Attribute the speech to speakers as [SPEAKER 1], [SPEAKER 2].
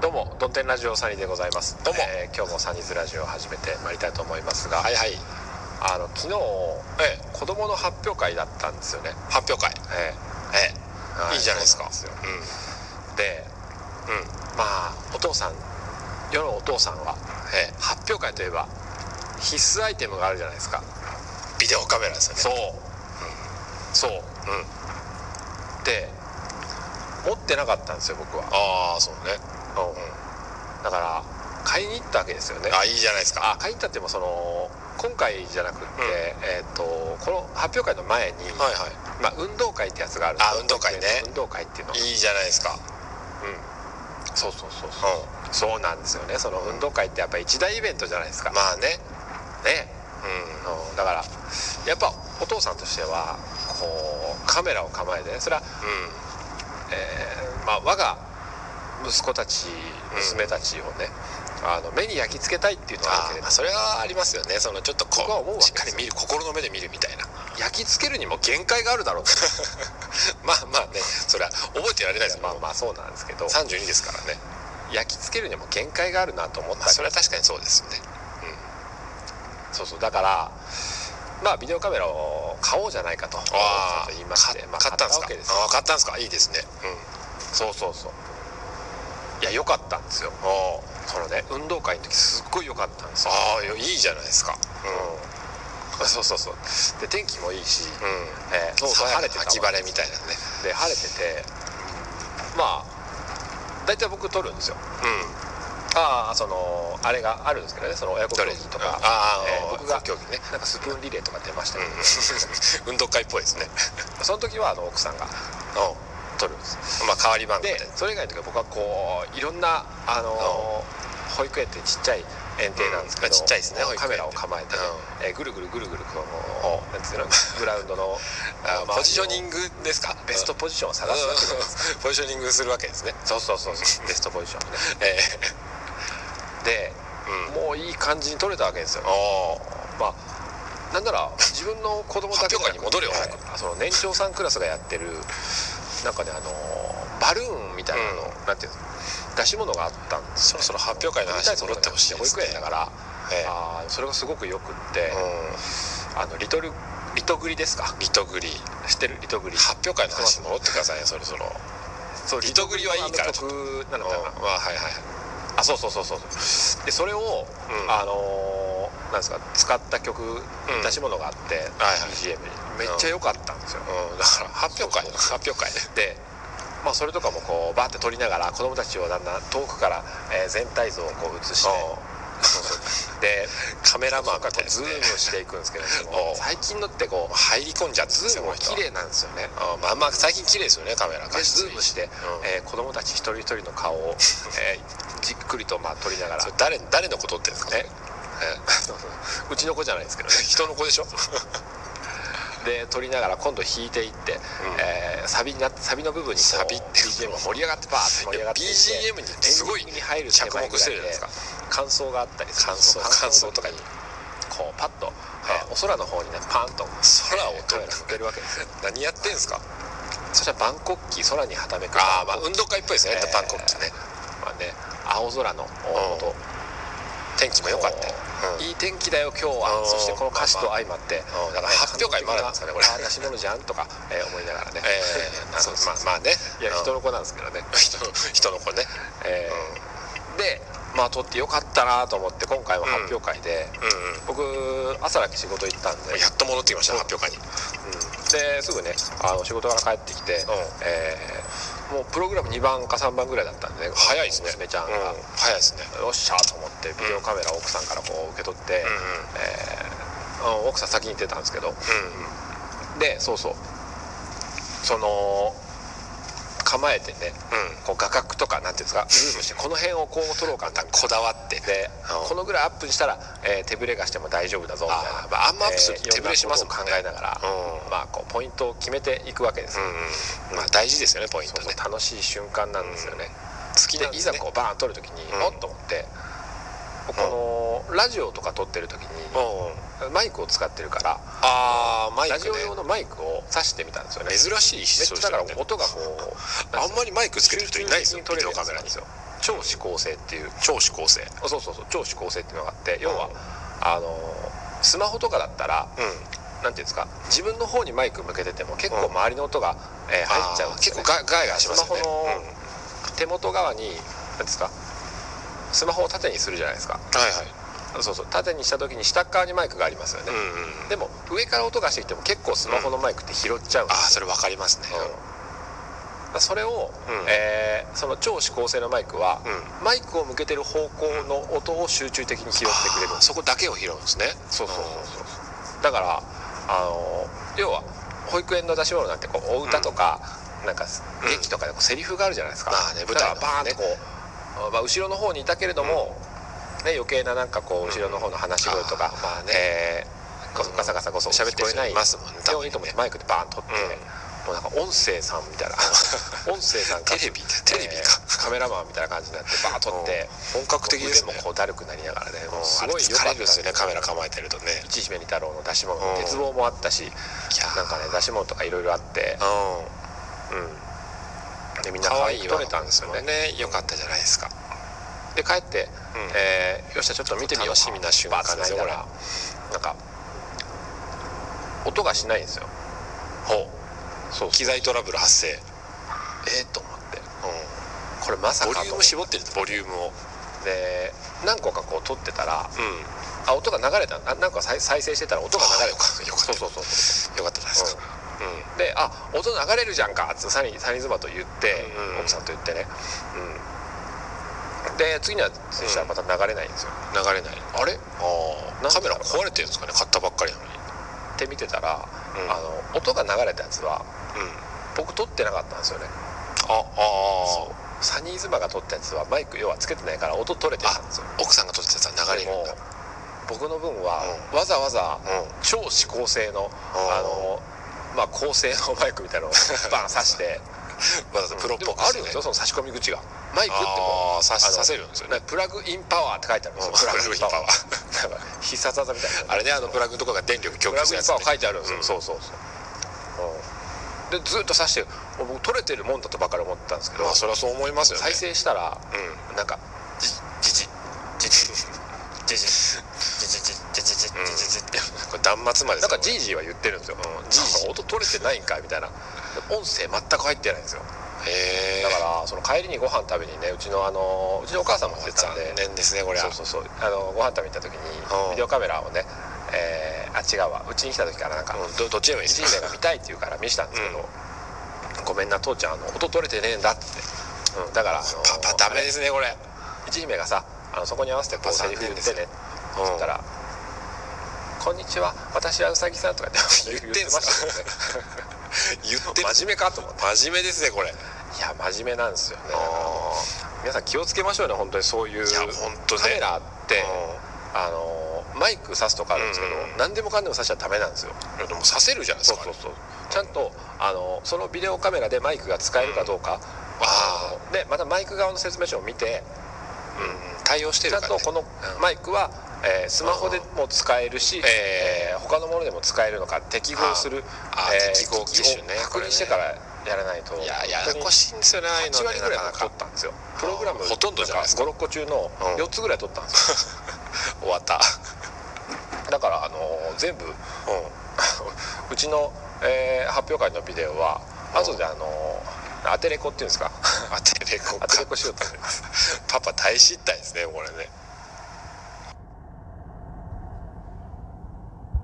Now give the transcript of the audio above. [SPEAKER 1] どうも、ドンテンラジオサニーでございます。
[SPEAKER 2] どうも
[SPEAKER 1] えー今日もサニーズラジオを始めてまいりたいと思いますが、
[SPEAKER 2] はいはいえ
[SPEAKER 1] あの昨日
[SPEAKER 2] え
[SPEAKER 1] 子供の発表会だったんですよね。
[SPEAKER 2] 発表会
[SPEAKER 1] え
[SPEAKER 2] え
[SPEAKER 1] えはい
[SPEAKER 2] いじゃないですか
[SPEAKER 1] そうなん
[SPEAKER 2] え
[SPEAKER 1] ですよで、まあお父さん、世のお父さんは
[SPEAKER 2] ええ
[SPEAKER 1] 発表会といえば必須アイテムがあるじゃないですか。
[SPEAKER 2] ビデオカメラですよね
[SPEAKER 1] そう、そう。
[SPEAKER 2] うん
[SPEAKER 1] で、持ってなかったんですよ僕は。
[SPEAKER 2] ああそうね
[SPEAKER 1] うんだから買いに行ったわけですよね。
[SPEAKER 2] あいいじゃないです
[SPEAKER 1] あ
[SPEAKER 2] か
[SPEAKER 1] 買いに行ったってもその今回じゃなくって、
[SPEAKER 2] ん
[SPEAKER 1] えっ、とこの発表会の前に、
[SPEAKER 2] はいは
[SPEAKER 1] まあ、運動会ってやつがある
[SPEAKER 2] あ運動会ね
[SPEAKER 1] 運動会っていうの
[SPEAKER 2] いいいじゃないですか
[SPEAKER 1] うんそうそうそうそう
[SPEAKER 2] う
[SPEAKER 1] そうなんですよねその運動会ってやっぱ一大イベントじゃないですか、
[SPEAKER 2] んまあね
[SPEAKER 1] ね、
[SPEAKER 2] うん
[SPEAKER 1] うん、だからやっぱお父さんとしてはこうカメラを構えてねそれは、
[SPEAKER 2] うん
[SPEAKER 1] えーまあ、我が息子たち娘たちをね、あの目に焼き付けたいっていうのはあ
[SPEAKER 2] あ
[SPEAKER 1] るけれ
[SPEAKER 2] ー
[SPEAKER 1] ど
[SPEAKER 2] まあそれはありますよねそのちょっと
[SPEAKER 1] 僕は思うわ
[SPEAKER 2] こ
[SPEAKER 1] け
[SPEAKER 2] う
[SPEAKER 1] です
[SPEAKER 2] し
[SPEAKER 1] よ
[SPEAKER 2] っかり見る心の目で見るみたいな
[SPEAKER 1] 焼き付けるにも限界があるだろうと
[SPEAKER 2] まあまあねそれは覚えてられないです
[SPEAKER 1] まあ
[SPEAKER 2] もん
[SPEAKER 1] まあそうなんですけど
[SPEAKER 2] 32ですからね
[SPEAKER 1] 焼き付けるにも限界があるなと思った
[SPEAKER 2] まあ
[SPEAKER 1] り
[SPEAKER 2] それは確かにそうですよね
[SPEAKER 1] そうそうだからまあビデオカメラを買おうじゃないかと
[SPEAKER 2] ああ
[SPEAKER 1] 言いましてまあ
[SPEAKER 2] 買ったんです
[SPEAKER 1] わ
[SPEAKER 2] か
[SPEAKER 1] けですよ
[SPEAKER 2] あー買ったんですかいいですね
[SPEAKER 1] そうそうそういや良かったんですよそのね運動会の時すっごい良かったんですよ、
[SPEAKER 2] ああいいじゃないですか
[SPEAKER 1] うん、そうそうそうで天気もいいし、
[SPEAKER 2] うん
[SPEAKER 1] えーそうそう晴
[SPEAKER 2] 爽やか
[SPEAKER 1] れ
[SPEAKER 2] な
[SPEAKER 1] てたわ
[SPEAKER 2] 秋晴れみたいなね
[SPEAKER 1] で晴れててまあ大体僕撮るんですよ
[SPEAKER 2] うん
[SPEAKER 1] ああそのあれがあるんですけどねその親子競技とか
[SPEAKER 2] あ
[SPEAKER 1] え
[SPEAKER 2] ー
[SPEAKER 1] ー僕が
[SPEAKER 2] 競技ね
[SPEAKER 1] なんかスプーンリレーとか出ましたけど、
[SPEAKER 2] うん 運動会っぽいですね
[SPEAKER 1] その時はあの奥さんが
[SPEAKER 2] お
[SPEAKER 1] 撮るんです
[SPEAKER 2] まあ変わり番組
[SPEAKER 1] で
[SPEAKER 2] で
[SPEAKER 1] それ以外の時は僕はこういろんなあのー保育園ってちっちゃい園庭なんですけど、
[SPEAKER 2] うんちっちゃいですね
[SPEAKER 1] こう
[SPEAKER 2] 保育
[SPEAKER 1] カ
[SPEAKER 2] 園っ
[SPEAKER 1] メ
[SPEAKER 2] て
[SPEAKER 1] ラを構えて、えーぐるぐるぐるぐるこ
[SPEAKER 2] お
[SPEAKER 1] のなんていうのグラウンドの
[SPEAKER 2] あーポジショニ
[SPEAKER 1] グ
[SPEAKER 2] ングですか
[SPEAKER 1] ベスト
[SPEAKER 2] うん
[SPEAKER 1] ポジションを探すわけじゃないですか
[SPEAKER 2] ポジショニングするわけです ね
[SPEAKER 1] そうそうそうそうベストポジションね
[SPEAKER 2] え
[SPEAKER 1] で
[SPEAKER 2] えうん
[SPEAKER 1] もういい感じに撮れたわけですよ
[SPEAKER 2] お
[SPEAKER 1] まあなんなら自分の子供だけじゃなくて
[SPEAKER 2] 発表会に戻れよ早
[SPEAKER 1] あその年長さんクラスがやってるなんかねあのーバルーンみたいなの、なんていうの出し物があったんです
[SPEAKER 2] そろそろ発表会の話に戻ってほしい
[SPEAKER 1] 保
[SPEAKER 2] です
[SPEAKER 1] 育
[SPEAKER 2] ね
[SPEAKER 1] 園だから、
[SPEAKER 2] ええ
[SPEAKER 1] あーそれがすごくよくって、
[SPEAKER 2] うん
[SPEAKER 1] あのリトルリトグリですか
[SPEAKER 2] リトグリ
[SPEAKER 1] 知ってるリトグリ
[SPEAKER 2] 発表会の話に戻ってくださいよそろそろ
[SPEAKER 1] そう
[SPEAKER 2] リトグリはいいから
[SPEAKER 1] リトグリなの
[SPEAKER 2] うん
[SPEAKER 1] か
[SPEAKER 2] ま
[SPEAKER 1] な
[SPEAKER 2] あはいはい
[SPEAKER 1] あそうそうそうそうでそれを、
[SPEAKER 2] ん
[SPEAKER 1] あのーなんですか使った曲、出し物があって、
[SPEAKER 2] はいはい
[SPEAKER 1] BGM にめっちゃ良かったんですよ、
[SPEAKER 2] うんだから発表会
[SPEAKER 1] そう
[SPEAKER 2] 発表会
[SPEAKER 1] で、まあ、それとかもこうバーって撮りながら子供たちをだんだん遠くから、えー全体像をこう映して
[SPEAKER 2] お
[SPEAKER 1] そう そうで
[SPEAKER 2] カメラマンみ
[SPEAKER 1] こ
[SPEAKER 2] たいうで
[SPEAKER 1] ズ
[SPEAKER 2] す
[SPEAKER 1] ー
[SPEAKER 2] ね
[SPEAKER 1] ムしていくんですけ れど
[SPEAKER 2] お
[SPEAKER 1] も
[SPEAKER 2] う
[SPEAKER 1] 最近のってこう
[SPEAKER 2] 入り込んじゃって
[SPEAKER 1] ズームも綺
[SPEAKER 2] い
[SPEAKER 1] 麗なんですよね
[SPEAKER 2] まあまあ最近綺麗ですよねカメラ
[SPEAKER 1] でズームして、
[SPEAKER 2] うん
[SPEAKER 1] えー子供たち一人一人の顔を、えーじっくりとまあ撮りながら
[SPEAKER 2] それ誰誰のことってんですか
[SPEAKER 1] え そうそううちの子じゃないですけどね
[SPEAKER 2] 人の子 でしょ
[SPEAKER 1] で撮りながら今度弾いていって、えーサビになってサビの部分にこう
[SPEAKER 2] サビって
[SPEAKER 1] BGM が盛り上がってバーって盛り上がっていって
[SPEAKER 2] BGM にすごい
[SPEAKER 1] エンディングに入る手前
[SPEAKER 2] 着目してるじゃないですか
[SPEAKER 1] ぐらいで感想があったりする
[SPEAKER 2] 感想感想とかに
[SPEAKER 1] こうパッと、えーお空の方にねパンと
[SPEAKER 2] 空を
[SPEAKER 1] カ
[SPEAKER 2] 撮
[SPEAKER 1] メ
[SPEAKER 2] る
[SPEAKER 1] ラ向けるわけですよ
[SPEAKER 2] 何やってんすか
[SPEAKER 1] そしたら万国旗空にはためく
[SPEAKER 2] ああまあ運動会っぽいですね
[SPEAKER 1] えー
[SPEAKER 2] バンコクってね
[SPEAKER 1] まあね青空のもと
[SPEAKER 2] 天気も良かったようん
[SPEAKER 1] いい天気だよ今日は
[SPEAKER 2] うん
[SPEAKER 1] そしてこの歌詞と相まって、
[SPEAKER 2] まあまあうんだから発表会まだなんですかねこれ
[SPEAKER 1] あー出し物じゃんとか、えー思いながらね、
[SPEAKER 2] え え
[SPEAKER 1] そうそう
[SPEAKER 2] まあまあね
[SPEAKER 1] いや
[SPEAKER 2] うん
[SPEAKER 1] 人の子なんですけどね、
[SPEAKER 2] 人の人の子ね
[SPEAKER 1] えーでまあ撮ってよかったなと思って今回も発表会で、
[SPEAKER 2] うん
[SPEAKER 1] 僕朝だけ仕事行ったんで、
[SPEAKER 2] うんやっと戻ってきましたね発表会に
[SPEAKER 1] ですぐねあの仕事から帰ってきて、えーもうプログラム2番か3番ぐらいだったんで、ね、
[SPEAKER 2] 早いですね
[SPEAKER 1] 娘ちゃんが、
[SPEAKER 2] う早いですね
[SPEAKER 1] よっしゃーと思ってビデオカメラを奥さんからこう受け取って、えーうん奥さん先に出たんですけど
[SPEAKER 2] うん
[SPEAKER 1] でそうそうその構えてね
[SPEAKER 2] うん
[SPEAKER 1] こう画角とかなんていうんですかズームしてこの辺をこう撮ろうかなこだわってで
[SPEAKER 2] うん
[SPEAKER 1] このぐらいアップにしたら、えー手ぶれがしても大丈夫だぞみたい
[SPEAKER 2] あ
[SPEAKER 1] な
[SPEAKER 2] ーまああんまアップすると
[SPEAKER 1] えー
[SPEAKER 2] 手ぶれします
[SPEAKER 1] い
[SPEAKER 2] も
[SPEAKER 1] ろ
[SPEAKER 2] ん
[SPEAKER 1] んな
[SPEAKER 2] ね
[SPEAKER 1] ことを考えながら、
[SPEAKER 2] うん
[SPEAKER 1] まあこうポイントを決めていくわけです
[SPEAKER 2] う
[SPEAKER 1] よ、
[SPEAKER 2] んうんまあ大事ですよねポイン
[SPEAKER 1] そ
[SPEAKER 2] ト
[SPEAKER 1] う
[SPEAKER 2] ね
[SPEAKER 1] そう楽しい瞬間なんですよね、
[SPEAKER 2] 好き
[SPEAKER 1] で
[SPEAKER 2] なんで
[SPEAKER 1] い
[SPEAKER 2] す
[SPEAKER 1] ざ
[SPEAKER 2] ね
[SPEAKER 1] こうバーン撮るときに、
[SPEAKER 2] うん
[SPEAKER 1] おっと思ってこのラジオとか撮ってるときに
[SPEAKER 2] うん
[SPEAKER 1] マイクを使ってるから
[SPEAKER 2] ああマイ
[SPEAKER 1] ラ
[SPEAKER 2] ク
[SPEAKER 1] ジオ
[SPEAKER 2] ね
[SPEAKER 1] 用のマイクを挿してみたんですよねめっ
[SPEAKER 2] 珍しい
[SPEAKER 1] ち
[SPEAKER 2] 人
[SPEAKER 1] ゃ
[SPEAKER 2] で
[SPEAKER 1] だか
[SPEAKER 2] す
[SPEAKER 1] ら
[SPEAKER 2] よね
[SPEAKER 1] 音がこう
[SPEAKER 2] あんまりマイクつけてる人いないですよ
[SPEAKER 1] 集中的に撮れるやつ
[SPEAKER 2] ビデオカメ
[SPEAKER 1] な
[SPEAKER 2] ラ
[SPEAKER 1] ん
[SPEAKER 2] に
[SPEAKER 1] ですよ超指向性っていう
[SPEAKER 2] 超指向性
[SPEAKER 1] あそうそうそう超指向性っていうのがあって要はあのスマホとかだったら
[SPEAKER 2] うん
[SPEAKER 1] なんていうんですか自分の方にマイク向けてても結構周りの音が、えー入っちゃうん
[SPEAKER 2] あー
[SPEAKER 1] です
[SPEAKER 2] 結
[SPEAKER 1] よ
[SPEAKER 2] 構
[SPEAKER 1] ね、
[SPEAKER 2] ガガヤガヤしますよね
[SPEAKER 1] スマホの
[SPEAKER 2] うん
[SPEAKER 1] 手元側になんですかスマホを縦にするじゃないですか
[SPEAKER 2] はいはい
[SPEAKER 1] そうそう縦にした時に下っ側にマイクがありますよね
[SPEAKER 2] う、んうん
[SPEAKER 1] でも上から音がしてきても結構スマホのマイクって拾っちゃうん
[SPEAKER 2] あ
[SPEAKER 1] で
[SPEAKER 2] あ
[SPEAKER 1] す
[SPEAKER 2] そ
[SPEAKER 1] よ、
[SPEAKER 2] れ分かりますね
[SPEAKER 1] うんそれを、
[SPEAKER 2] うん
[SPEAKER 1] えーその超指向性のマイクは、
[SPEAKER 2] うん
[SPEAKER 1] マイクを向けてる方向の音を集中的に拾ってくれるん
[SPEAKER 2] あ
[SPEAKER 1] で
[SPEAKER 2] ー
[SPEAKER 1] す
[SPEAKER 2] そこだけを拾うんですね
[SPEAKER 1] そうそうそうそうだからあの要は保育園の出し物なんてこうお歌とか、なんか
[SPEAKER 2] うん
[SPEAKER 1] 劇とかでこうセリフがあるじゃないですか、
[SPEAKER 2] まあね舞
[SPEAKER 1] だから
[SPEAKER 2] 台の
[SPEAKER 1] バーンとこう、まあ、後ろの方にいたけれども、ね、余計ななんかこう後ろの方の話し声とか
[SPEAKER 2] あ、ーまあね
[SPEAKER 1] えーこうガサガサこそ
[SPEAKER 2] 喋
[SPEAKER 1] 喋
[SPEAKER 2] っ
[SPEAKER 1] ってて
[SPEAKER 2] る
[SPEAKER 1] る
[SPEAKER 2] 人
[SPEAKER 1] 人ない
[SPEAKER 2] いますもんね
[SPEAKER 1] ようにと思ってマイクでバーン取って、
[SPEAKER 2] うん
[SPEAKER 1] もうなんか音声さんみ たいな音声さんか
[SPEAKER 2] テレビテレビか
[SPEAKER 1] えーカメラマンみたいな感じになってバーン取って
[SPEAKER 2] 本格的ですね
[SPEAKER 1] 腕もこうだるくなりながらねもうす
[SPEAKER 2] あれ
[SPEAKER 1] ごい良
[SPEAKER 2] 疲
[SPEAKER 1] か
[SPEAKER 2] れ
[SPEAKER 1] っ
[SPEAKER 2] る
[SPEAKER 1] た
[SPEAKER 2] んですよねカメラ構えてるとね
[SPEAKER 1] 一姫二太郎の出し物
[SPEAKER 2] うん
[SPEAKER 1] 鉄棒もあったし
[SPEAKER 2] ー
[SPEAKER 1] なんかね出し物とかいろいろあって
[SPEAKER 2] う
[SPEAKER 1] うんでみん
[SPEAKER 2] ん
[SPEAKER 1] な
[SPEAKER 2] 可
[SPEAKER 1] 可
[SPEAKER 2] 愛
[SPEAKER 1] 愛
[SPEAKER 2] い
[SPEAKER 1] い
[SPEAKER 2] わ
[SPEAKER 1] 撮れたんですよね
[SPEAKER 2] ねよかったじゃないですか
[SPEAKER 1] で帰って、
[SPEAKER 2] うん
[SPEAKER 1] えーよっしゃちょっと見てみよう
[SPEAKER 2] 楽しみな瞬間ですよ
[SPEAKER 1] バーッと繋いだらなんか音がしないんですよ
[SPEAKER 2] ほ
[SPEAKER 1] そう
[SPEAKER 2] 機材トラブル発生
[SPEAKER 1] えっ、と思ってこれまさ
[SPEAKER 2] ボ
[SPEAKER 1] か
[SPEAKER 2] リ
[SPEAKER 1] と
[SPEAKER 2] ュー
[SPEAKER 1] 思って
[SPEAKER 2] ム絞ってるボリュームを
[SPEAKER 1] で何個かこう撮ってたら
[SPEAKER 2] うん
[SPEAKER 1] あ音が流れたあ何個か再再生してたら音が流れた
[SPEAKER 2] よかっ
[SPEAKER 1] そう
[SPEAKER 2] た
[SPEAKER 1] そうそう
[SPEAKER 2] よかったじゃないですか
[SPEAKER 1] うんで「あ音流れるじゃんか」っつってサニーサニーズバと言って、
[SPEAKER 2] うん
[SPEAKER 1] 奥さんと言ってね、うん、で次にはそしたらまた流れないんですよ、
[SPEAKER 2] 流れないあれあ
[SPEAKER 1] な
[SPEAKER 2] ー
[SPEAKER 1] んで
[SPEAKER 2] カメラ壊れてるんですかね買ったばっかりなのに
[SPEAKER 1] って見てたら、
[SPEAKER 2] うん
[SPEAKER 1] あの音が流れたやつは
[SPEAKER 2] うん
[SPEAKER 1] 僕撮ってなかったんですよね
[SPEAKER 2] ああー
[SPEAKER 1] サニーズバが撮ったやつはマイク要はつけてないから音取れてたんですよ
[SPEAKER 2] 奥さんが撮ってたら流れるんだ
[SPEAKER 1] でも僕の分はわざわざ
[SPEAKER 2] うん
[SPEAKER 1] 超指向性の、
[SPEAKER 2] ー
[SPEAKER 1] あのまあ構成のマイクみたいなのをバン刺して
[SPEAKER 2] わ ざとプロっ
[SPEAKER 1] で
[SPEAKER 2] ぽ
[SPEAKER 1] も
[SPEAKER 2] く
[SPEAKER 1] あるん
[SPEAKER 2] ん
[SPEAKER 1] ですよその差し込み口がマイクってもう
[SPEAKER 2] ああ
[SPEAKER 1] あ
[SPEAKER 2] さ
[SPEAKER 1] の
[SPEAKER 2] させるんですよね
[SPEAKER 1] なんかプラグインパワーって書いてあるんですよ
[SPEAKER 2] うんプラグインパワ
[SPEAKER 1] ーなんか必殺技みたいな
[SPEAKER 2] あれねあのプラグのとこが電力供
[SPEAKER 1] プラ
[SPEAKER 2] 給す
[SPEAKER 1] グインパワ
[SPEAKER 2] るやつね
[SPEAKER 1] ー書いてあるんですよ、
[SPEAKER 2] うん
[SPEAKER 1] そうそうそう、うんでずっと刺してるもう僕取れてるもんだとばかり思ってたんですけど、
[SPEAKER 2] まあそれはそう思いますよね
[SPEAKER 1] 再生したら
[SPEAKER 2] うん
[SPEAKER 1] なんか
[SPEAKER 2] じじじじじじじじじじじじじってこれ断末まで
[SPEAKER 1] なんかジージーは言ってるんですよ、ジージー音取れてないんかいみたいな音声全く入ってないんですよ
[SPEAKER 2] へえ
[SPEAKER 1] だからその帰りにご飯食べにねうちのあのうちのお母さんも来てたんで
[SPEAKER 2] 残念ですねこれ
[SPEAKER 1] そ
[SPEAKER 2] は
[SPEAKER 1] うそうそうあのご飯食べに行った時に
[SPEAKER 2] うん
[SPEAKER 1] ビデオカメラをね、えーあ違うわうちに来た時からなんか、
[SPEAKER 2] うんどどっちでもいいです
[SPEAKER 1] ジーメンが見たいって言うから見したんですけど、ごめんな父ちゃんあの音取れてねえんだって、うん、だからあの
[SPEAKER 2] パパダメですねこれ
[SPEAKER 1] ジーメンがさあのそこに合わせてこ
[SPEAKER 2] パ
[SPEAKER 1] う
[SPEAKER 2] パ
[SPEAKER 1] セリフ言って
[SPEAKER 2] 残念
[SPEAKER 1] ねって言ったら、こんにちは私はウサギさん」とかって
[SPEAKER 2] 言ってん
[SPEAKER 1] ましたよね
[SPEAKER 2] 言ってる
[SPEAKER 1] 真面目かと思って
[SPEAKER 2] 真面目ですねこれ い
[SPEAKER 1] いや真面目なんですよね
[SPEAKER 2] や
[SPEAKER 1] 皆さん気をつけましょうね本当にそういう
[SPEAKER 2] 本当ね
[SPEAKER 1] カメラってあのマイク刺すとかあるんですけど、
[SPEAKER 2] うんうんうん
[SPEAKER 1] 何でもかんでも刺しちゃダメなんですよ
[SPEAKER 2] うんでもさせるじゃないですか
[SPEAKER 1] そうちゃんとあのそのビデオカメラでマイクが使えるかどうか、
[SPEAKER 2] あ
[SPEAKER 1] あのでまたマイク側の説明書を見て
[SPEAKER 2] うん対応して
[SPEAKER 1] ちゃ
[SPEAKER 2] る
[SPEAKER 1] ん
[SPEAKER 2] から
[SPEAKER 1] と
[SPEAKER 2] ね
[SPEAKER 1] このマイクは、えースマホでも使えるし、
[SPEAKER 2] え
[SPEAKER 1] えー他のものでも使えるのか適合する
[SPEAKER 2] あー適合機種ね
[SPEAKER 1] を確認してからやらないと
[SPEAKER 2] いやややこしいんですよねああいう
[SPEAKER 1] 8
[SPEAKER 2] の
[SPEAKER 1] 割
[SPEAKER 2] ね
[SPEAKER 1] ぐらい
[SPEAKER 2] な
[SPEAKER 1] 僕取
[SPEAKER 2] かな
[SPEAKER 1] っ
[SPEAKER 2] か
[SPEAKER 1] たんですよプログラム
[SPEAKER 2] あーほとんどじゃないですか
[SPEAKER 1] 56個中の
[SPEAKER 2] うん
[SPEAKER 1] 4つぐらい取ったんです
[SPEAKER 2] 終わった
[SPEAKER 1] よだからあの全部
[SPEAKER 2] う
[SPEAKER 1] うちの、えー発表会のビデオは後であのーアテレコっていうんですか
[SPEAKER 2] ん当てれこ
[SPEAKER 1] アテレコしようと思います
[SPEAKER 2] パパ大失態ですねこれね